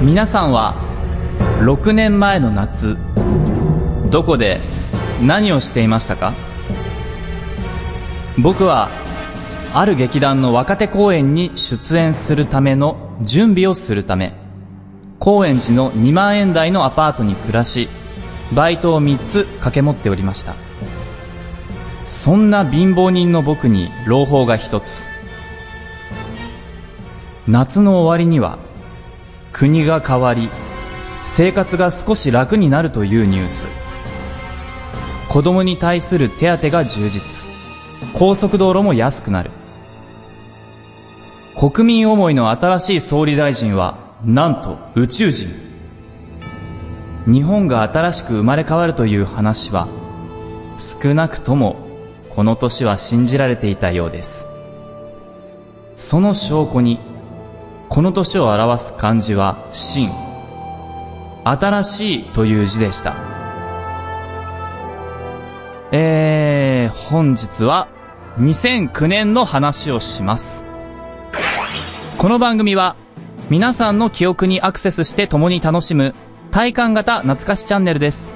皆さんは6年前の夏どこで何をしていましたか僕はある劇団の若手公演に出演するための準備をするため高円寺の2万円台のアパートに暮らしバイトを3つ掛け持っておりましたそんな貧乏人の僕に朗報が一つ夏の終わりには国が変わり生活が少し楽になるというニュース子供に対する手当が充実高速道路も安くなる国民思いの新しい総理大臣はなんと宇宙人日本が新しく生まれ変わるという話は少なくともこの年は信じられていたようですその証拠にこの年を表す漢字は「新」新しいという字でしたえー、本日は2009年の話をしますこの番組は皆さんの記憶にアクセスして共に楽しむ体感型懐かしチャンネルです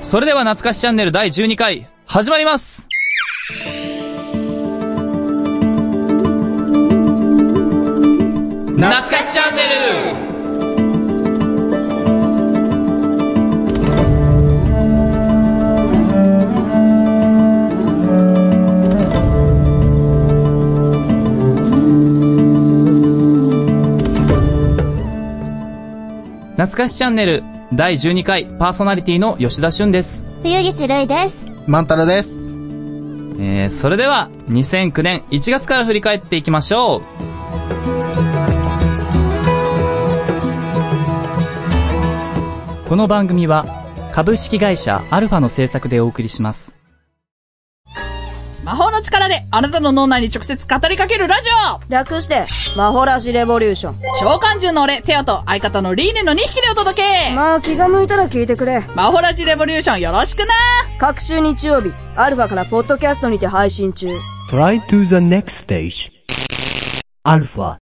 それでは懐かしチャンネル第12回始まります懐かしチャンネル懐かしチャンネル第12回パーソナリティの吉田俊です冬岸るいです。万太郎です。えー、それでは2009年1月から振り返っていきましょうこの番組は株式会社アルファの制作でお送りします魔法の力であなたの脳内に直接語りかけるラジオ略して、マホラジレボリューション。召喚獣の俺、テオと相方のリーネの2匹でお届け、まあ気が向いたら聞いてくれ。魔法ラジレボリューションよろしくな各週日曜日、アルファからポッドキャストにて配信中。 Try to the next stage. Alpha.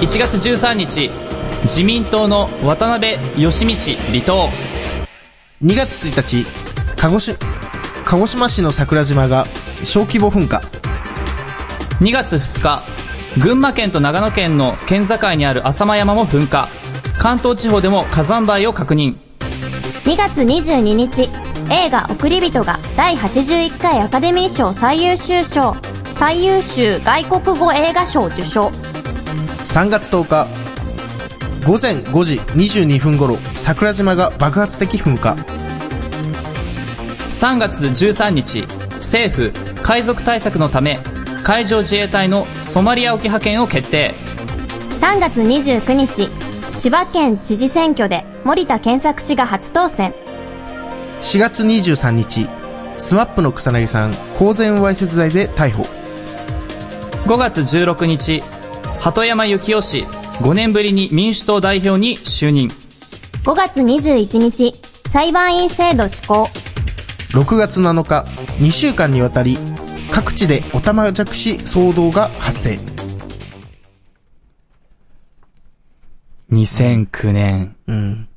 1月13日自民党の渡辺義美氏離党2月1日、鹿児島、鹿児島市の桜島が小規模噴火。 2月2日群馬県と長野県の県境にある浅間山も噴火関東地方でも火山灰を確認2月22日、映画送り人が第81回アカデミー賞最優秀賞、最優秀外国語映画賞受賞。 3月10日、午前5時22分頃、桜島が爆発的噴火。 3月13日政府海賊対策のため海上自衛隊のソマリア沖派遣を決定3月29日、千葉県知事選挙で森田健作氏が初当選。 4月23日、スマップの草薙さん、公然わいせつ罪で逮捕。 5月16日鳩山幸夫氏5年ぶりに民主党代表に就任5月21日、裁判員制度施 行。 6月7日、2週間にわたり、各地でおたまじゃくし騒動が発生。 2009年うん。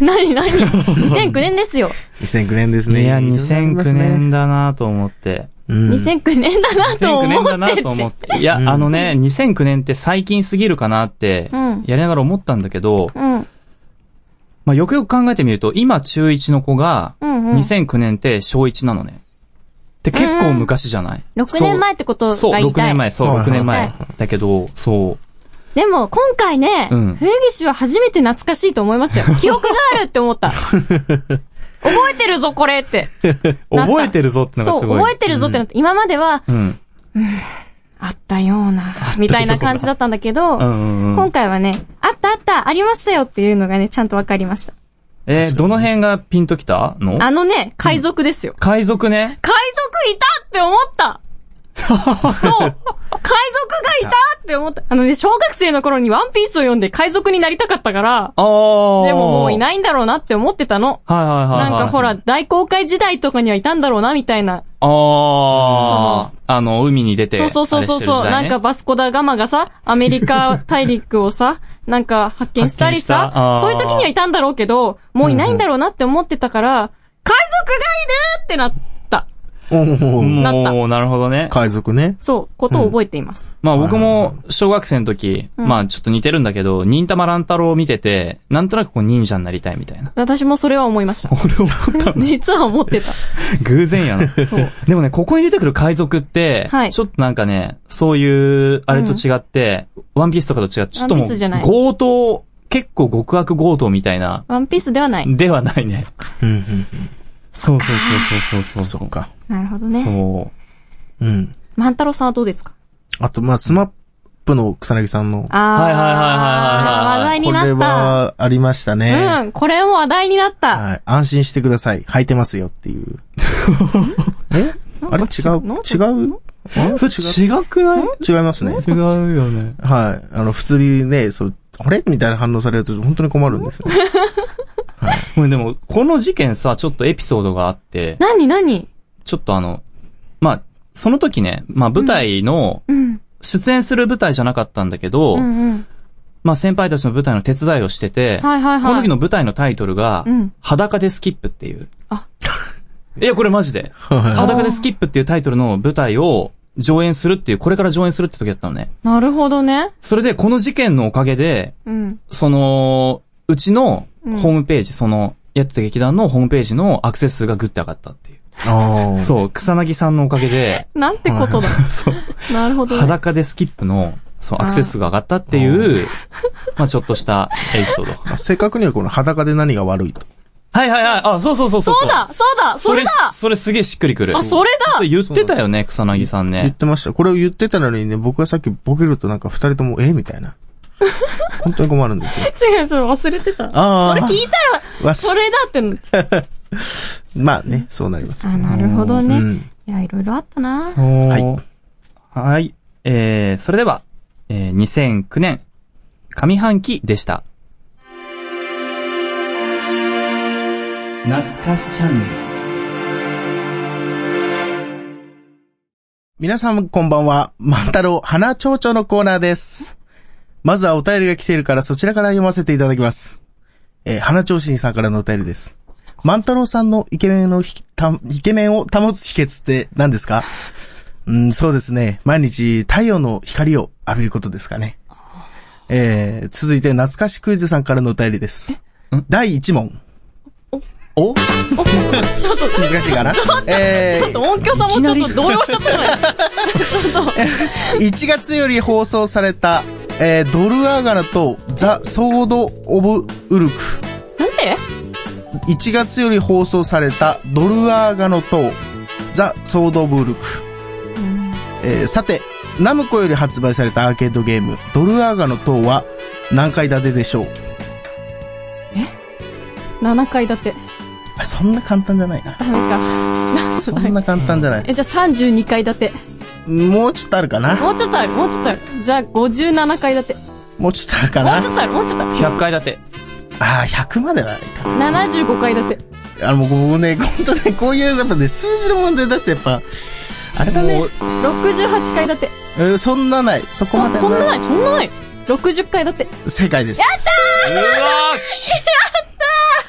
なになに ?2009 年ですよ。 2009年ですいね。やいいとこになりま2009すね年だなと思ってうん2009年だなと2009思年だっなてて。と思っていやあのね2009年って最近すぎるかなってうんやりながら思ったんだけどうん。まあよくよく考えてみると今中1の子がうんうん2009年って小1なのねって結構昔じゃない6年前ってことがそう、言い6たい。年前、そう、はい6年前は。だけど、そでも、今回ね、うん冬岸は初めて懐かしいと思いました よ。記憶があるって思った。覚えてるぞ、これって。う。なんか覚えてるぞってのがそう、すごい。覚えてるぞってなって、今までは、うん。あったような、みたいな感じだったんだけど、うんうんうん。今回はね、あったあった、ありましたよっていうのがね、ちゃんとわかりました。えー、どの辺がピンときたのあのね、海賊ですよ。海賊ね。 海賊いたって思ったそう。海賊がいたって思った。あのね、小学生の頃にワンピースを読んで海賊になりたかったから、ああ。でももういい。ないんだろうなって思ってたの。はいはいはい、は。ないんかほら、あ大航海時代とかにはいたんだろうな、みたいな。あ。あの、海に出て。そうそうそうそうそう、あれしてる時代なねんかバスコダガマがさ、アメリカ大陸をさ、 なんか発見したり発見したあさー、そういう時にはいたんだろうけど、もういないんだろうなって思ってたから、海賊がいるってなった。おーなったもう、なるほどね。海賊ね。そう、ことを覚えています。まあ僕も小学生の時、んまあちょっと似てるんだけど、忍たま乱太郎を見てて、なんとなくこう忍者になりたいみたいな。私もそれは思いました。 俺思った の実は思ってた。偶然 やな。そう。でもね、ここに出てくる海賊って、はいちょっとなんかね、そういう、あれと違って、ワンピースとかと違って、ちょっともワンピースじゃなう、い強盗、結構極悪強盗みたいな、ワンピースではない。ではないね。うん、うん、そうそうそうそうそうそそうう。か。なるほどね。そう。うん。万太郎さんはどうですかあと、まあ、スマップの草薙さんの、こああ。はいはいはいはいはいはい話題れになった。はありましたね。うん、これも話題になった。はい。安心してください。履いてますよって いう。えあれ違う違うあそれ違くない違いますね。違うよね。はい。あの、普通にね、そう、あれみたいな反応されると本当に困るん ですよ。これでも、この事件さ、ちょっとエピソードがあって、何何ちょっとあの、まあ、その時ね、まあ舞台の、うん。出演する舞台じゃなかったんだけど、うんうん。まあ先輩たちの舞台の手伝いをしてて、はいはいはい。この時の舞台のタイトルが、うん裸でスキップっていう。あ。 いや、これマジで。は裸でスキップっていうタイトルの舞台を上演するっていう、これから上演するって時だったのね。なるほどね。それで、この事件のおかげで、うん。その、うちのホームページ、その、やってた劇団のホームページのアクセス数がぐって上がったっていう。い。ああ。そう、草薙さんのおかげ で、なんてことだ。 なるほどね。裸でスキップの、そう、アクセス数が上がったっていう、 まあちょっとしたエピソード。う。正確にはこの裸で何が悪いと。はいはいはい。あ、そうそうそうそう。そうだそうだそれだそれそれすげえしっくりくる。あ、それだ言ってたよね、草薙さん言っね。てました。これを言ってたのにね、僕がさっきボケるとなんか二人とも、えみたい な。本当に困るんですよ。違う違う、忘れてた。ああ。聞いたわら、しそれだって。まあね、そうなります。あ、なるほどうね。ん。いや、いろいろあったな。はい。はい。えー、それでは、えー、2009年、上半期でした。懐かしチャンネル。皆さんこんばんは。万太郎花蝶々のコーナーです。まずはお便りが来ているからそちらから読ませていただきます。えー花蝶子さんからのお便りです。万太郎さんのイケメンのひたイケメンを保つ秘訣って何ですかうん、そうですね。毎日太陽の光を浴びることですかね。えー、続いて懐かしクイズさんからのお便りです。第1問。おお ちょっと、難しいかなえー音響さんもちょっと動揺しちゃったじゃない1月より放送された、えードルアーガナとザ・ソード・オブ・ウルク。なんで1月より放送されたドルアーガノとザ・ソード・オブ・ウルク。えーさて、ナムコより発売されたアーケードゲーム、ドルアーガノ等は何階建てでしょう ?7 階建て。あそんな簡単じゃないな。ダメか。そんな簡単じゃない。え、じゃあ32階建て。もうちょっとあるかなもうちょっとある、もうちょっとある。じゃあ57階建て。もうちょっとあるかもうなちょっとある、もうちょっとある。 100回建て。ああ、100まではないか。 75階建て。あの、もう僕ね、 本当ね、こういう、やっぱね、数字の問題出して、やっぱ、あれだねもう。 68階建て。えーそんなない。そこまそでそんなない、そんなない。60階建て。正解です。やったーやった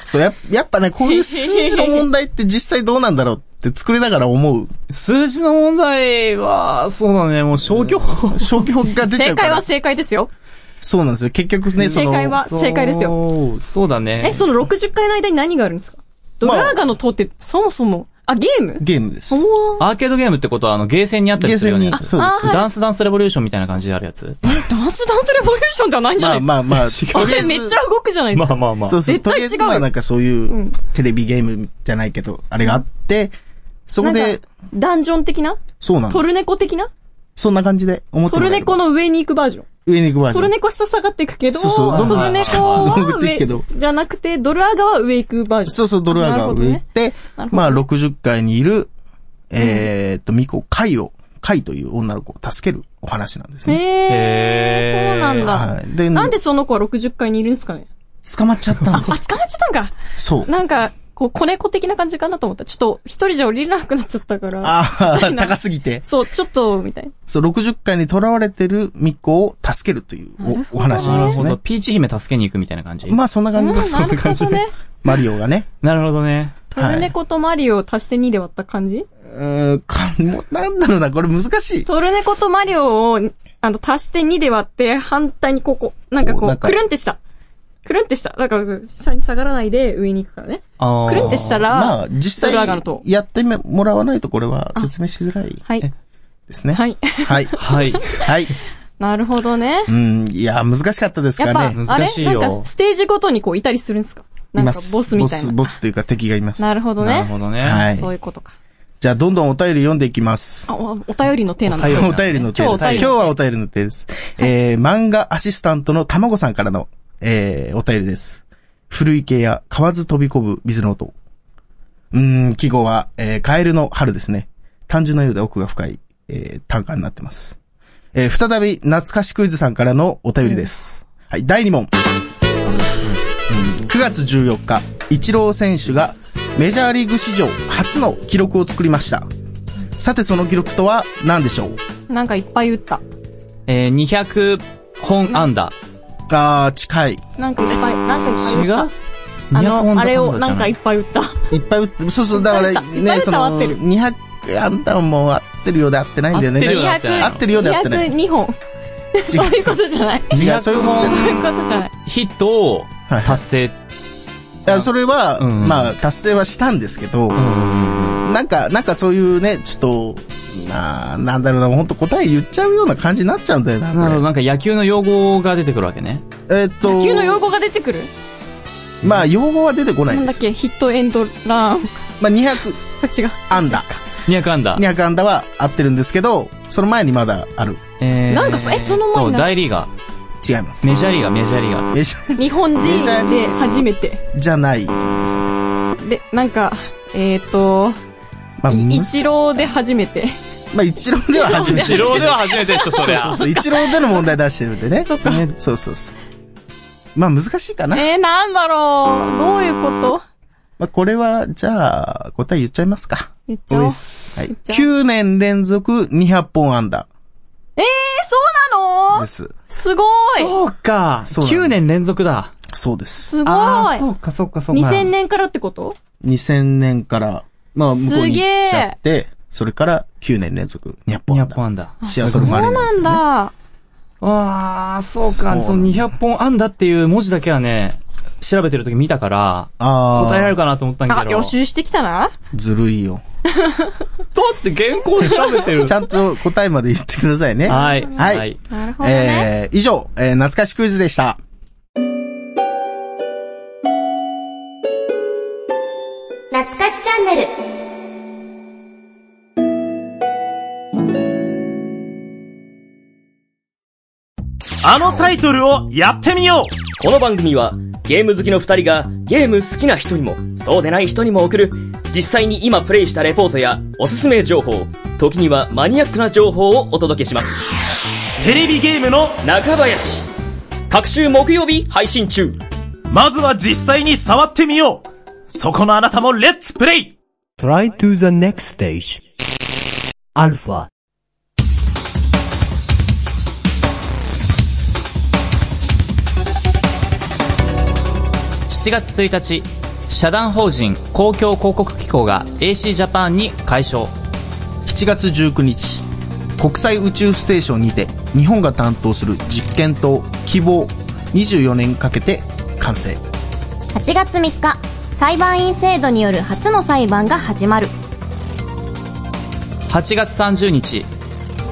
ーそう、や、やっぱね、こういう数字の問題って実際どうなんだろうって作りながら思う。数字の問題は、そうだね、もう消去法。消去法が出ちゃ正うか解らは。正解ですよ。そうなんですよ。結局ね、その、正解は正解ですよ。よ。そうだね。え、その60階の間に何があるんですかドラーガの塔って、そもそも、あ、ゲームゲームです。おーアーケードゲームってことは、あの、ゲーセンにあったりするよねゲーセン。にそうですあはいダンスダンスレボリューションみたいな感じであるやつ。ダンスダンスレボリューションではないんじゃまないあですか、まあ まあ、あとりあえれずめっちゃ動くじゃないですか。まあまそうそう、絶と対りあ違うえずはなんかそういう、テレビゲームじゃないけど、あれがあって、そこなでんか、ダンジョン的なそうなんでトルす。ネコ的なそんな感じで思ってトもらルえれネばコの上に行くバージョン。上に行くバージトョン。ルネコ下下がっていくけど、そうそうどんどんトルネコは近くに行っていくけど上、じゃなくて、ドルアガは上行くバージョン。そうそう、ドルアガをなるほど売っねて、なるほどまあ、60階にいる、えーっと、ミコ、カイをカイという女の子を助けるお話なんですへね。え、そうなんだ。はい。で、なんでその子は60階にいるんですかね捕まっちゃったんであ、す。捕まっちゃったんか。そう。なんか、こう、子猫的な感じかなと思った。ちょっと、一人じゃ降りれなくなっちゃったから。あないあ、な高すぎて。そう、ちょっと、みたいな。そう、60回に囚われてるミッコを助けるというおお話ななんるですほど。ね。ピーチ姫助けに行くみたいな感じ。まあ、そんなうん感じなです。そんなる感ほじどでね。。マリオがね。なるほどね。トルネコとマリオを足して2で割った感じうーん、か、もう、なんだろうな、これ難しい。トルネコとマリオを、あの、足して2で割って、反対にここ、なんかここうなう、んかくるんってした。くるんってした。なんか、下に下がらないで上に行くからね。あーくるんってしたら、まあ、実ドラ際ガンと、やってみもらわないとこれは説明しづらいはい。ですね。。はい い。はい。はい。はい。なるほどねう。ん、いや、難しかったですやかっぱ、ね。あれ難しいなんよか、ステージごとにこう、いたりするんですかなんかいま、すボスみたいな。ボス、ボスというか敵がいます。なるほどなるね。ほどね。はいそういうことか。じゃあ、どんどんお便り読んでいきます。あ、おお便りの手なんだ。お便りお便りの手です。今今日お便りの手日はお便りの手です。えー、漫画アシスタントのたまごさんからの、えー、お便りです。古池や買わず飛び込む水の音。うーん、季語は、えー、カエルの春ですね。単純なようで奥が深い、えー、短歌になってます。えー、再び、懐かしクイズさんからのお便りです。はい、第2問。9月14日、イチロー選手がメジャーリーグ史上初の記録を作りました。さてその記録とは何でしょうなんかいっぱい打った。えー、200本安打。あー、近い。なんかいっぱい、なんかいっぱい違打うった。あの、あれをなんかいっぱぱい打った。いっぱい打って、そうそう、だからいっぱい打ね、ったそは合の、ってる200、あんたも合ってるようで合ってないんだよね。合ってるよ違合ってない合ってるようで合ってない202本。そういうことじゃない。う、違う、 200そういうことじゃそなういいうことじゃない。ヒットを達成。いや。それは、うんまあ、達成はしたんですけど、なんか、なんかそういうね、ちょっと、まあ、なんだろうな、本当答え言っちゃうような感じになっちゃうんだよな、これなるほど、なんか野球の用語が出てくるわけね。えーっと、野球の用語が出てくるまあ、用語は出てこなないんでだっす。けヒットエンドラまン。あ、200違う。安打。 200安打。 200安打は合ってるんですけど、その前にまだある。えーなんかそえその前とな大リーガ違います。ー。メジャーリーガー、メジャーリーガー。え、じゃ日本人メジャーで初めて。じゃない。で、なんか、えっ、ー、と、まあ、い一郎で初めて。まあ、一郎では初めて。ローでは初めてでしょ、そりゃ。そう、一郎での問題出してるんでね。そっかねそうそうそう。まあ、難しいかな。えー、なんだろう。どういうことまあ、これは、じゃあ、答え言っちゃいますか。言っちゃおう。え、はい。じゃあ9年連続200本安打そうなのです。すごいそうか。そうなの9年連続だ。そうです。すごあーいそうか、そうか、そうか。 2000年からってこと2000年から、まあ、向こうに行っちゃって、それから9年連続200本安200本打。安打。シアトルマリーそうンなズんねだ。わあ、そうか。そそうなんのだ200本安打っていう文字だけはね、調べてる時見たから、ああ。答えられるかなと思ったんだあけ、ど。予習してきたな。ずるいよ。だって原稿調べてるちゃんと答えまで言ってくださいね。はい。はいい。なるほどね。えー、以上、えー、懐かしクイズでした。懐かしチャンネルあのタイトルをやってみようこの番組はゲーム好きの二人がゲーム好きな人にもそうでない人にも送る実際に今プレイしたレポートやおすすめ情報時にはマニアックな情報をお届けしますテレビゲームの、中林各週木曜日配信中まずは実際に触ってみようそこのあなたもレッツプレイ Try to the next stage. Alpha. 7月1日、社団法人公共広告機構が AC ジャパンに解消。 7月19日国際宇宙ステーションにて日本が担当する実験と希望24年かけて完成8月3日裁判員制度による初の裁判が始まる8月30日、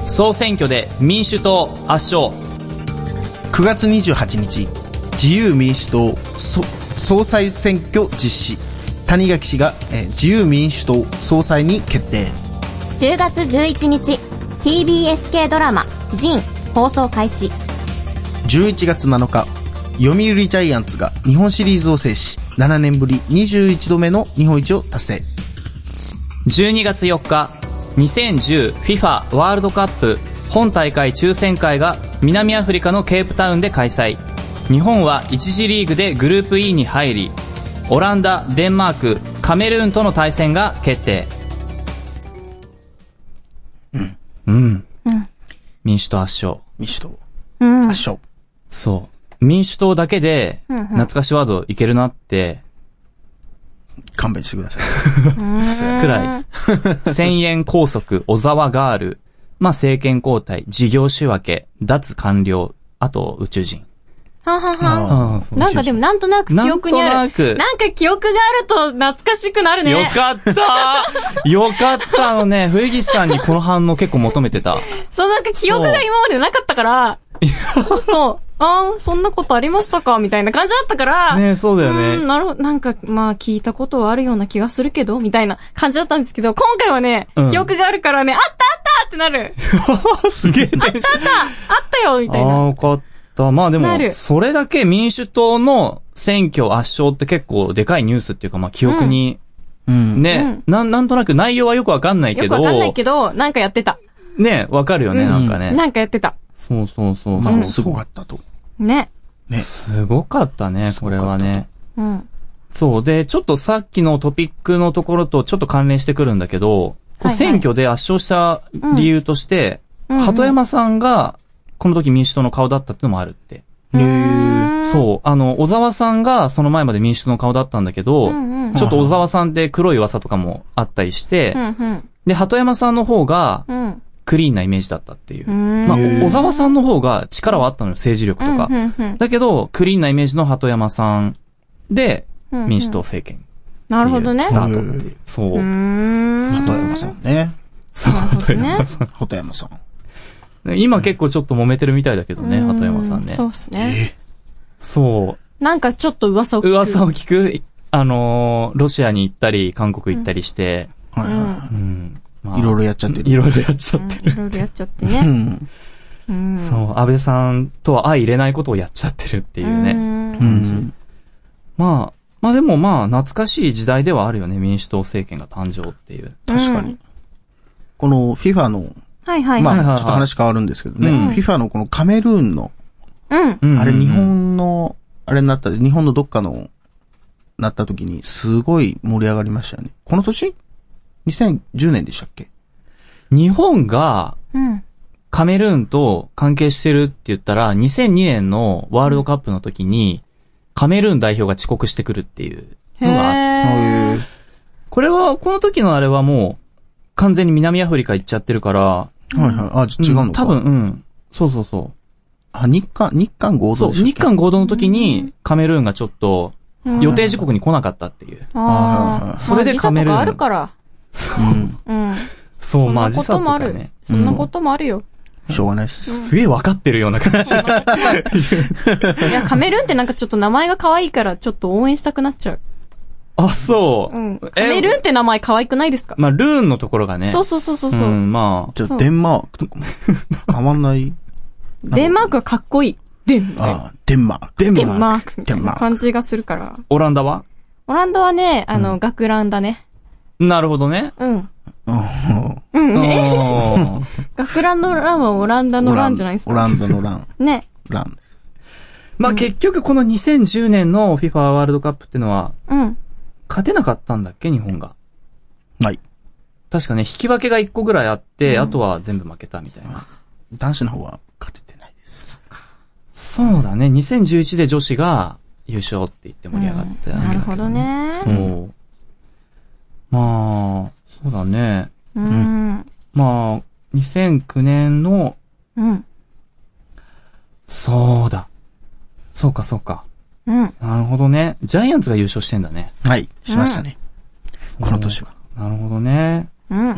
総選挙で民主党圧勝。 9月28日自由民主党そ総裁選挙実施谷垣氏が、えー自由民主党総裁に決定10月11日 TBS 系ドラマ「ジン」放送開始11月7日読売ジャイアンツが日本シリーズを制し7年ぶり21度目の日本一を達成12月4日、 2010FIFA ワールドカップ本大会抽選会が南アフリカのケープタウンで開催日本は1次リーグでグループ E に入りオランダデンマークカメルーンとの対戦が決定うんうん民主党圧勝民主党。うん。発祥。そう民主党だけで懐かしワードいけるなって勘弁してください。くらい。1000円拘束、小沢ガール。まあ、政権交代、事業仕分け、脱官僚、あと宇宙人。ははは。ああ、なんかでもなんとなく記憶にあなんる。となくなんか記憶があると懐かしくなるね。よか ったよかったあのね、冬岸さんにこの反応結構求めてた。そうなんか記憶が今までなかったから、そう。ああ、そんなことありましたかみたいな感じだったから、ねそうだようん、ね。なるほど。なんか、まあ、聞いたことはあるような気がするけど、みたいな感じだったんですけど、今回はね、うん記憶があるからね、あったあったってなる。 すげえね。あったよみあたいあ、な。よかった。まあでなも、るそれだけ民主党の選挙圧勝って結構でかいニュースっていうか、まあ記憶に、うん。ね、なん、なんとなく内容はよくわかんないよけくど、わかんないけど、なんかやってた。ね、わかるよね、うんなんかね。なんかやってた。そうそうそう。まそあ、うすごかったと。ね。すごかったね、これはね。うん。そう。で、ちょっとさっきのトピックのところとちょっと関連してくるんだけど、こうはいはい選挙で圧勝した理由として、うんうん鳩山さんが、この時民主党の顔だったってのもあるって。そう。あの、小沢さんがその前まで民主党の顔だったんだけど、うんうんちょっと小沢さんで黒い噂とかもあったりして、うん、うん、で、鳩山さんの方がうん。クリーンなイメージだったっていう。うんまあ、小沢さんの方が力はあったのよ、政治力とか。うんうんだけど、クリーンなイメージの鳩山さんで、うん民主党政権。なるほどね。スタートっていう。そうーう。ん。鳩山さんね。 そう、鳩な山るさ鳩山さん。ん。今結構ちょっと揉めてるみたいだけどね、うん鳩山さんねそ。うっすね。そなんかちょっと噂を聞う。く。噂を聞く、あのー、ロシアに行ったり、韓国行ったりして、はいうはん。うん。まあい。いろいろやっちゃってる。いろいろやっちゃってる。いろいろやっちゃってうね。ん。うん。そう、安倍さんとは相入れないことをやっちゃってるっていううね。んう。うんん。まあ、まあでもまあ、懐かしい時代ではあるよね、民主党政権が誕生っていう。確かに。この FIFA の、はいははい。いはいはまいあ、ちょっと話変わるんですけどね。うん FIFA のこのカメルーンの、うん。うんうんうんあれ日本の、あれになった、日本のどっかの、なった時に、すごい盛り上がりましたよね。この年 ?2010 年でしたっけ日本がうん。カメルーンと関係してるって言ったら、2002年のワールドカップの時に、カメルーン代表が遅刻してくるっていうへのがあっー。これは、この時のあれはもう、完全に南アフリカ行っちゃってるから、はいはい。あ、じゃあ違うのか。多分、うん。そうそうそあ、日韓、日韓合う。そ同う、でしたっ日け韓合同の時に、カメルーンがちょっと、予定時刻に来なかったっていう。あーああ。それでカメルーンまあ時差とかあるうん。から。うん。そう、まあ、時そんなこ差とともあかるね。。そんなこともあるよ。しょうがないです。うんすげえ分かってるような感じ。いや、カメルーンってなんかちょっと名前が可愛いから、ちょっと応援したくなっちゃう。 あ、そうう。ん。カえメルーンって名前可愛くないですかまあ、ルーンのところがね。そうそうそうそううそう。ん、まあ。じゃそあ、うデンマークと かも、変わんない。デンマークはかっこいい。デンマーあー、デンマーク。ク。デンマーク。みたデいンマーなク感じがするから。オランダはオランダはね、あの、学ランだね。なるほどね。うん。うんうん。えあー学ランのランはオランダのランじゃないですオラか。ンダのラン。ね。ランです。まあ結局この2010年の FIFA ワールドカップってのは、うん。勝てなかったんだっけ日本が。はい。確かね、引き分けが1個ぐらいあって、あとは全部負けたみたいな。男子の方は勝ててないです。そうだね、2011で女子が優勝って言って盛り上がってなるほど。ね。そう。まあ、そうだね。うん。まあ、2009年の、うん。そうだ。そうかそうか。うん。なるほどね。ジャイアンツが優勝してんだね。はい。しましたね。この年は。なるほどね。うん。は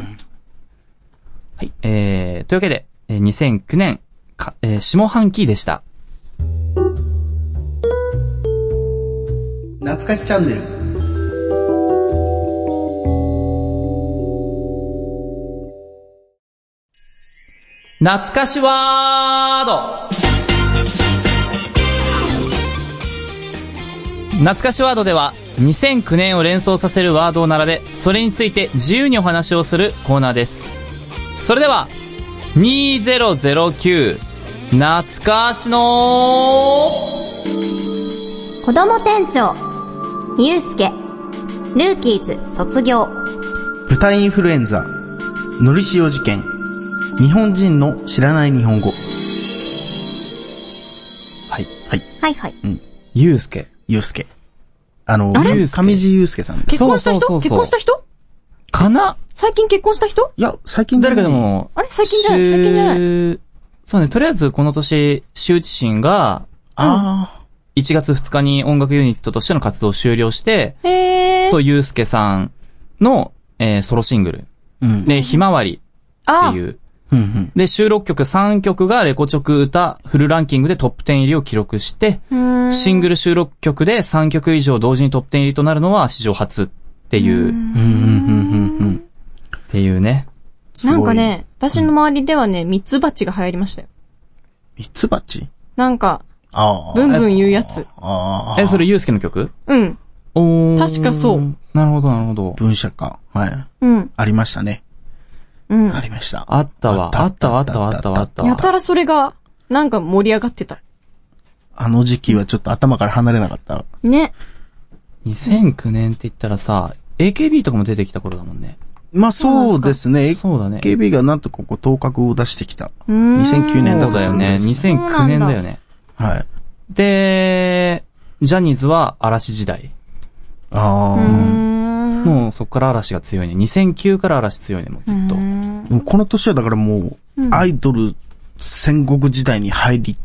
い。えー、というわけで、えー2009年、か、えー下半期でした。懐かしチャンネル。懐かしワード懐かしワードでは、2009年を連想させるワードを並べ、それについて自由にお話をするコーナーです。それでは、2009懐かしの子供店長ゆうすけルーキーズ卒業豚インフルエンザ、のりしお事件、日本人の知らない日本語。はい。はい。はいはいゆうすけ。ゆうすけ。あの、あれ上地ゆうすけさんです。結婚した人そうそうそうそう結婚した人かな最近結婚した人いや、最近誰かで。も、あれ最近じゃない最近じゃないい。そうね、とりあえずこの年、周知心が、あ1月2日に音楽ユニットとしての活動を終了して、へー。そう、ゆうすけさんの、えーソロシングル。あ。うん。で、ひまわりっあていう。うんうん。で、収録曲3曲がレコチョク歌フルランキングでトップ10入りを記録して、ーんシングル収録曲で3曲以上同時にトップ10入りとなるのは史上初っていう、うんうんうんうんうん。っていうね。すごいなんか、ね、私の周りではね、ミツバチが流行りましたよ。ミツバチなんか、ああ。ブンブン言うやつ。ああ。え、それゆうすけの曲うん。おー確かそう。なるほど、なるほど。文社か。はい。うん。ありましたね。うん。ありました。あったわ、あったわ、あったわ、あったわ、あったやわ。たらそれが、なんか盛り上がってた。あの時期はちょっと頭から離れなかった。ね。 2009年って言ったらさ、AKB とかも出てきた頃だもんね。まあそうですね。そうだね。 AKB がなんとここ頭角を出してきた。うーん。 2009年だそうとだよね。2009年だよね。はい。で、ジャニーズは嵐時代。あうーあ。ん。もうそっから嵐が強いね。2009から嵐強いね、もうずっとうー。んでもこの年はだからもう、アイドル戦国時代に入り、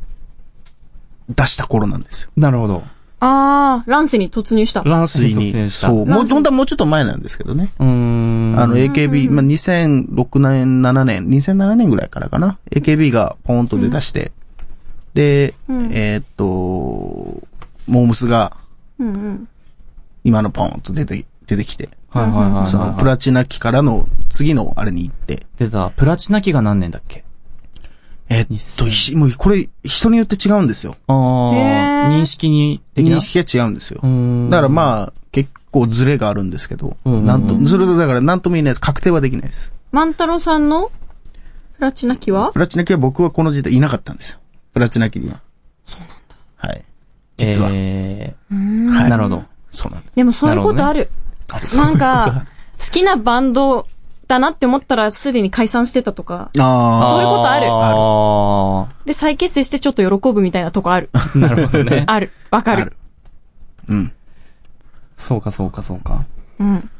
出した頃なんですよ。なるほど。あー、乱世に突入した。ランスついに突入に。した。そう。うもう、本当はもうちょっと前なんですけどね。ーん。あの、AKB、まあ、2006年、7年、2007年ぐらいからかな。AKB がポーンと出だして、で、えーっと、モームスがうんうん。今のポーンと出て、出てきて、はいはいはいはいそのプラチナ期からの次のあれに行って、出た。プラチナ期が何年だっけえーっと、ひもうこれ人によって違うんですよ。ああ、へー認識に、的な認。識が違うんですよう。ーん。だからまあ、結構ズレがあるんですけど、うんうんうんなんと、それとだからなんとも言えないです。確定はできないです。万太郎さんのプラチナ期はプラチナ期は僕はこの時代いなかったんですよ。プラチナ期には。そうなんだ。はい。実は。えはー、いなるほど。そうなんだ。でもそういうことある。ななるほどねんか、好きなバンドだなって思ったらすでに解散してたとか。あそういうことあるあで、再結成してちょっと喜ぶみたいなとこある。 あ。なるほどね。ある。わかある。る。うん。そうかそうかそうか。うん。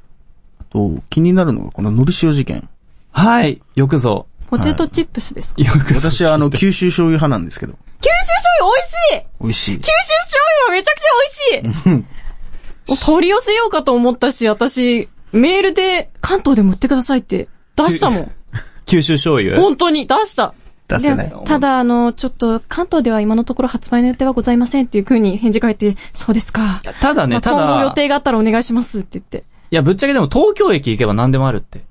あと、気になるのがこののりしお事件。はい。よくぞ。ポテトチップスですか、よくぞ。私はあの、九州醤油派なんですけど。九州醤油美味しい美味しい。九州醤油めちゃくちゃ美味しい取り寄せようかと思ったし、私、メールで関東でも売ってくださいって出したもん。九州醤油。本当に出した。出せないで。ただ、あの、ちょっと、関東では今のところ発売の予定はございませんっていう風に返事返って、そうですか。ただまあね、た今後予だ、い定があったらお願いしますって言って。や、ぶっちゃけでも東京駅行けば何でもあるって。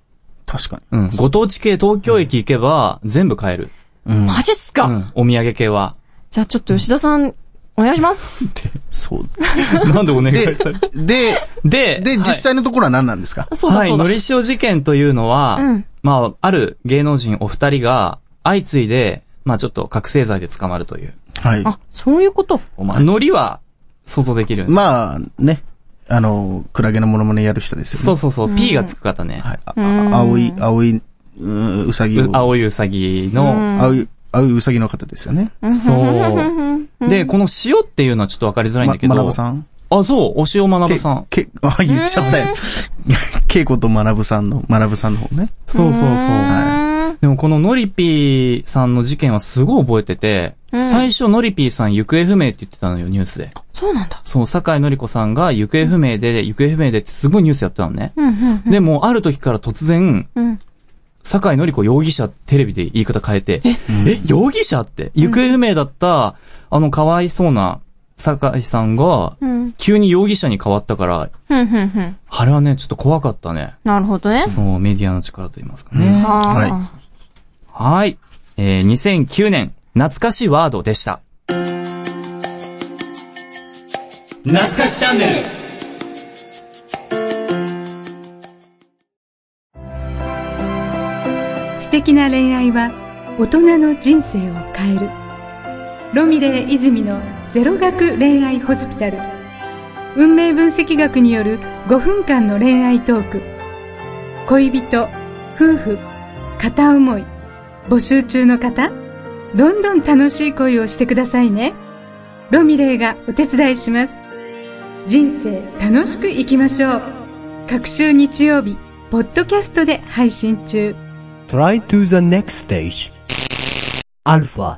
確かうん。ご当地系東京駅行けば全部買える。に。うん。マジっすうか、ん。お土産系は。じゃあちょっと吉田さん、お願いします。そう。 なんでお願 で、で、で、で、実際のところは何なんですかそうだはい、そうだ。のりしお事件というのは、うんまあ、ある芸能人お二人が、相次いで、まあちょっと覚醒剤で捕まるという。はい。あ、そういうこと。お前。ノリは、想像できる。まあ、ね。あの、クラゲのモノマネやる人ですよね。そうそうそう、P がつく方ね。はい。ああ青い、青い、うんうさぎうを。青いウサギの、青い、青いうさぎの方ですよね。そう。 で、この塩っていうのはちょっとわかりづらいんだけど。ま、学さんあ、そう、お塩学さん。け、けあ、言っちゃったよ。 稽古と学さんの、学さんの方ね。そうそうそう。でもこのノリピーさんの事件はすごい覚えてて、最初ノリピーさん行方不明って言ってたのよ、ニュースで。そうなんだ。そう、坂井のり子さんが行方不明で、行方不明でってすごいニュースやってたのね。うんうん。でも、ある時から突然、うん坂井のり子容疑者テレビで言い方変えて、え、容疑者って、行方不明だった、あの、かわいそうな坂井さんが、うん。急に容疑者に変わったから、ふんふんふん。あれはね、ちょっと怖かったね。なるほどね。そう、メディアの力と言いますかね。あーははい。えー、2009年、懐かしワードでした。懐かしチャンネル素的な恋愛は大人の人生を変える。ロミレー泉のゼロ学恋愛ホスピタル。運命分析学による5分間の恋愛トーク。恋人、夫婦、片思い、募集中の方、どんどん楽しい恋をしてくださいね。ロミレーがお手伝いします。人生楽しく生きましょう。各週日曜日、ポッドキャストで配信中。 Try to the next stage. Alpha.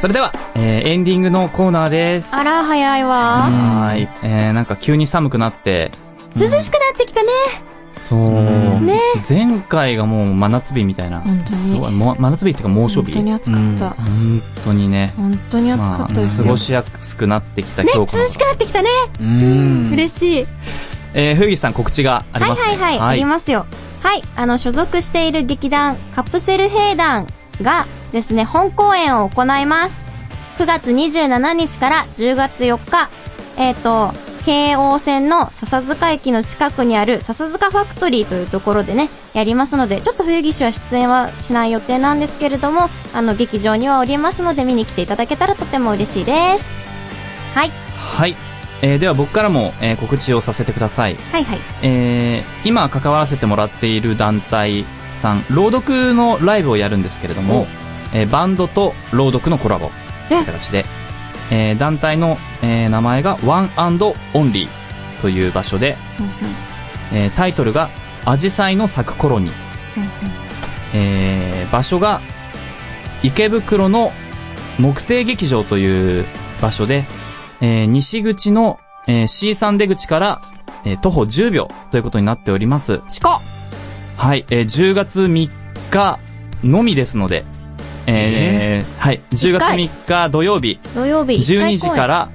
それでは、えーエンディングのコーナーです。あら、早いわ。はーい。えー、なんか急に寒くなって、涼しくなってきたね。そう。ね前回がもう真夏日みたいな。本当にすごいもう真夏日っていうか猛暑本日。当に暑かった。本当にね。本当に暑かったです過よ。ごしやすくなってきた今日この涼しくなってきたね。うん。嬉しい。えー、ふうぎさん告知がありはいます、ね。はいはい、ありますよ。はい、あの、所属している劇団、カプセル兵団がですね、本公演を行います。9月27日から10月4日、えっ、と、京王線の笹塚駅の近くにある笹塚ファクトリーというところでね、やりますので、ちょっと冬木氏は出演はしない予定なんですけれども、あの、劇場にはおりますので見に来ていただけたらとても嬉しいです。はい、はい。えー、では僕からも、えー、告知をさせてください。はいはい。えー、今関わらせてもらっている団体さん、朗読のライブをやるんですけれども、えーバンドと朗読のコラボという形で、えー団体の、えー名前がワンオンリーという場所で、えータイトルがアジサイの咲く頃に、えー場所が池袋の木星劇場という場所で、えー西口の、えー C3 出口から、えー徒歩10秒ということになっております。近っはい、えー10月3日のみですので、えーはい、10月3日土曜日、土曜日1回12時公演から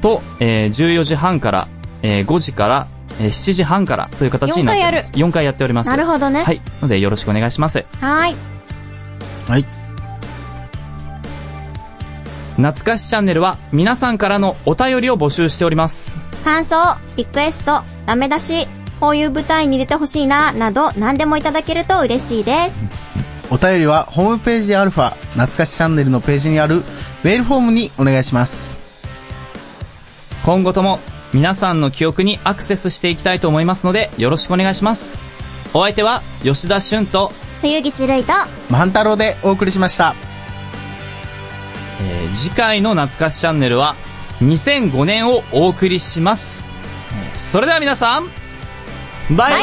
と、えー14時半から、えー5時から、えー7時半からという形になっております。4回やっております。なるほどね。はい、のでよろしくお願いします。はーい。懐かしチャンネルは皆さんからのお便りを募集しております。感想、リクエスト、ダメ出し、こういう舞台に出てほしいな、など何でもいただけると嬉しいです。お便りはホームページアルファ、懐かしチャンネルのページにあるメールフォームにお願いします。今後とも皆さんの記憶にアクセスしていきたいと思いますのでよろしくお願いします。お相手は吉田俊と、冬岸るいと、万太郎でお送りしました。えー次回の懐かしチャンネルは2005年をお送りします。えーそれでは皆さん、バイバイ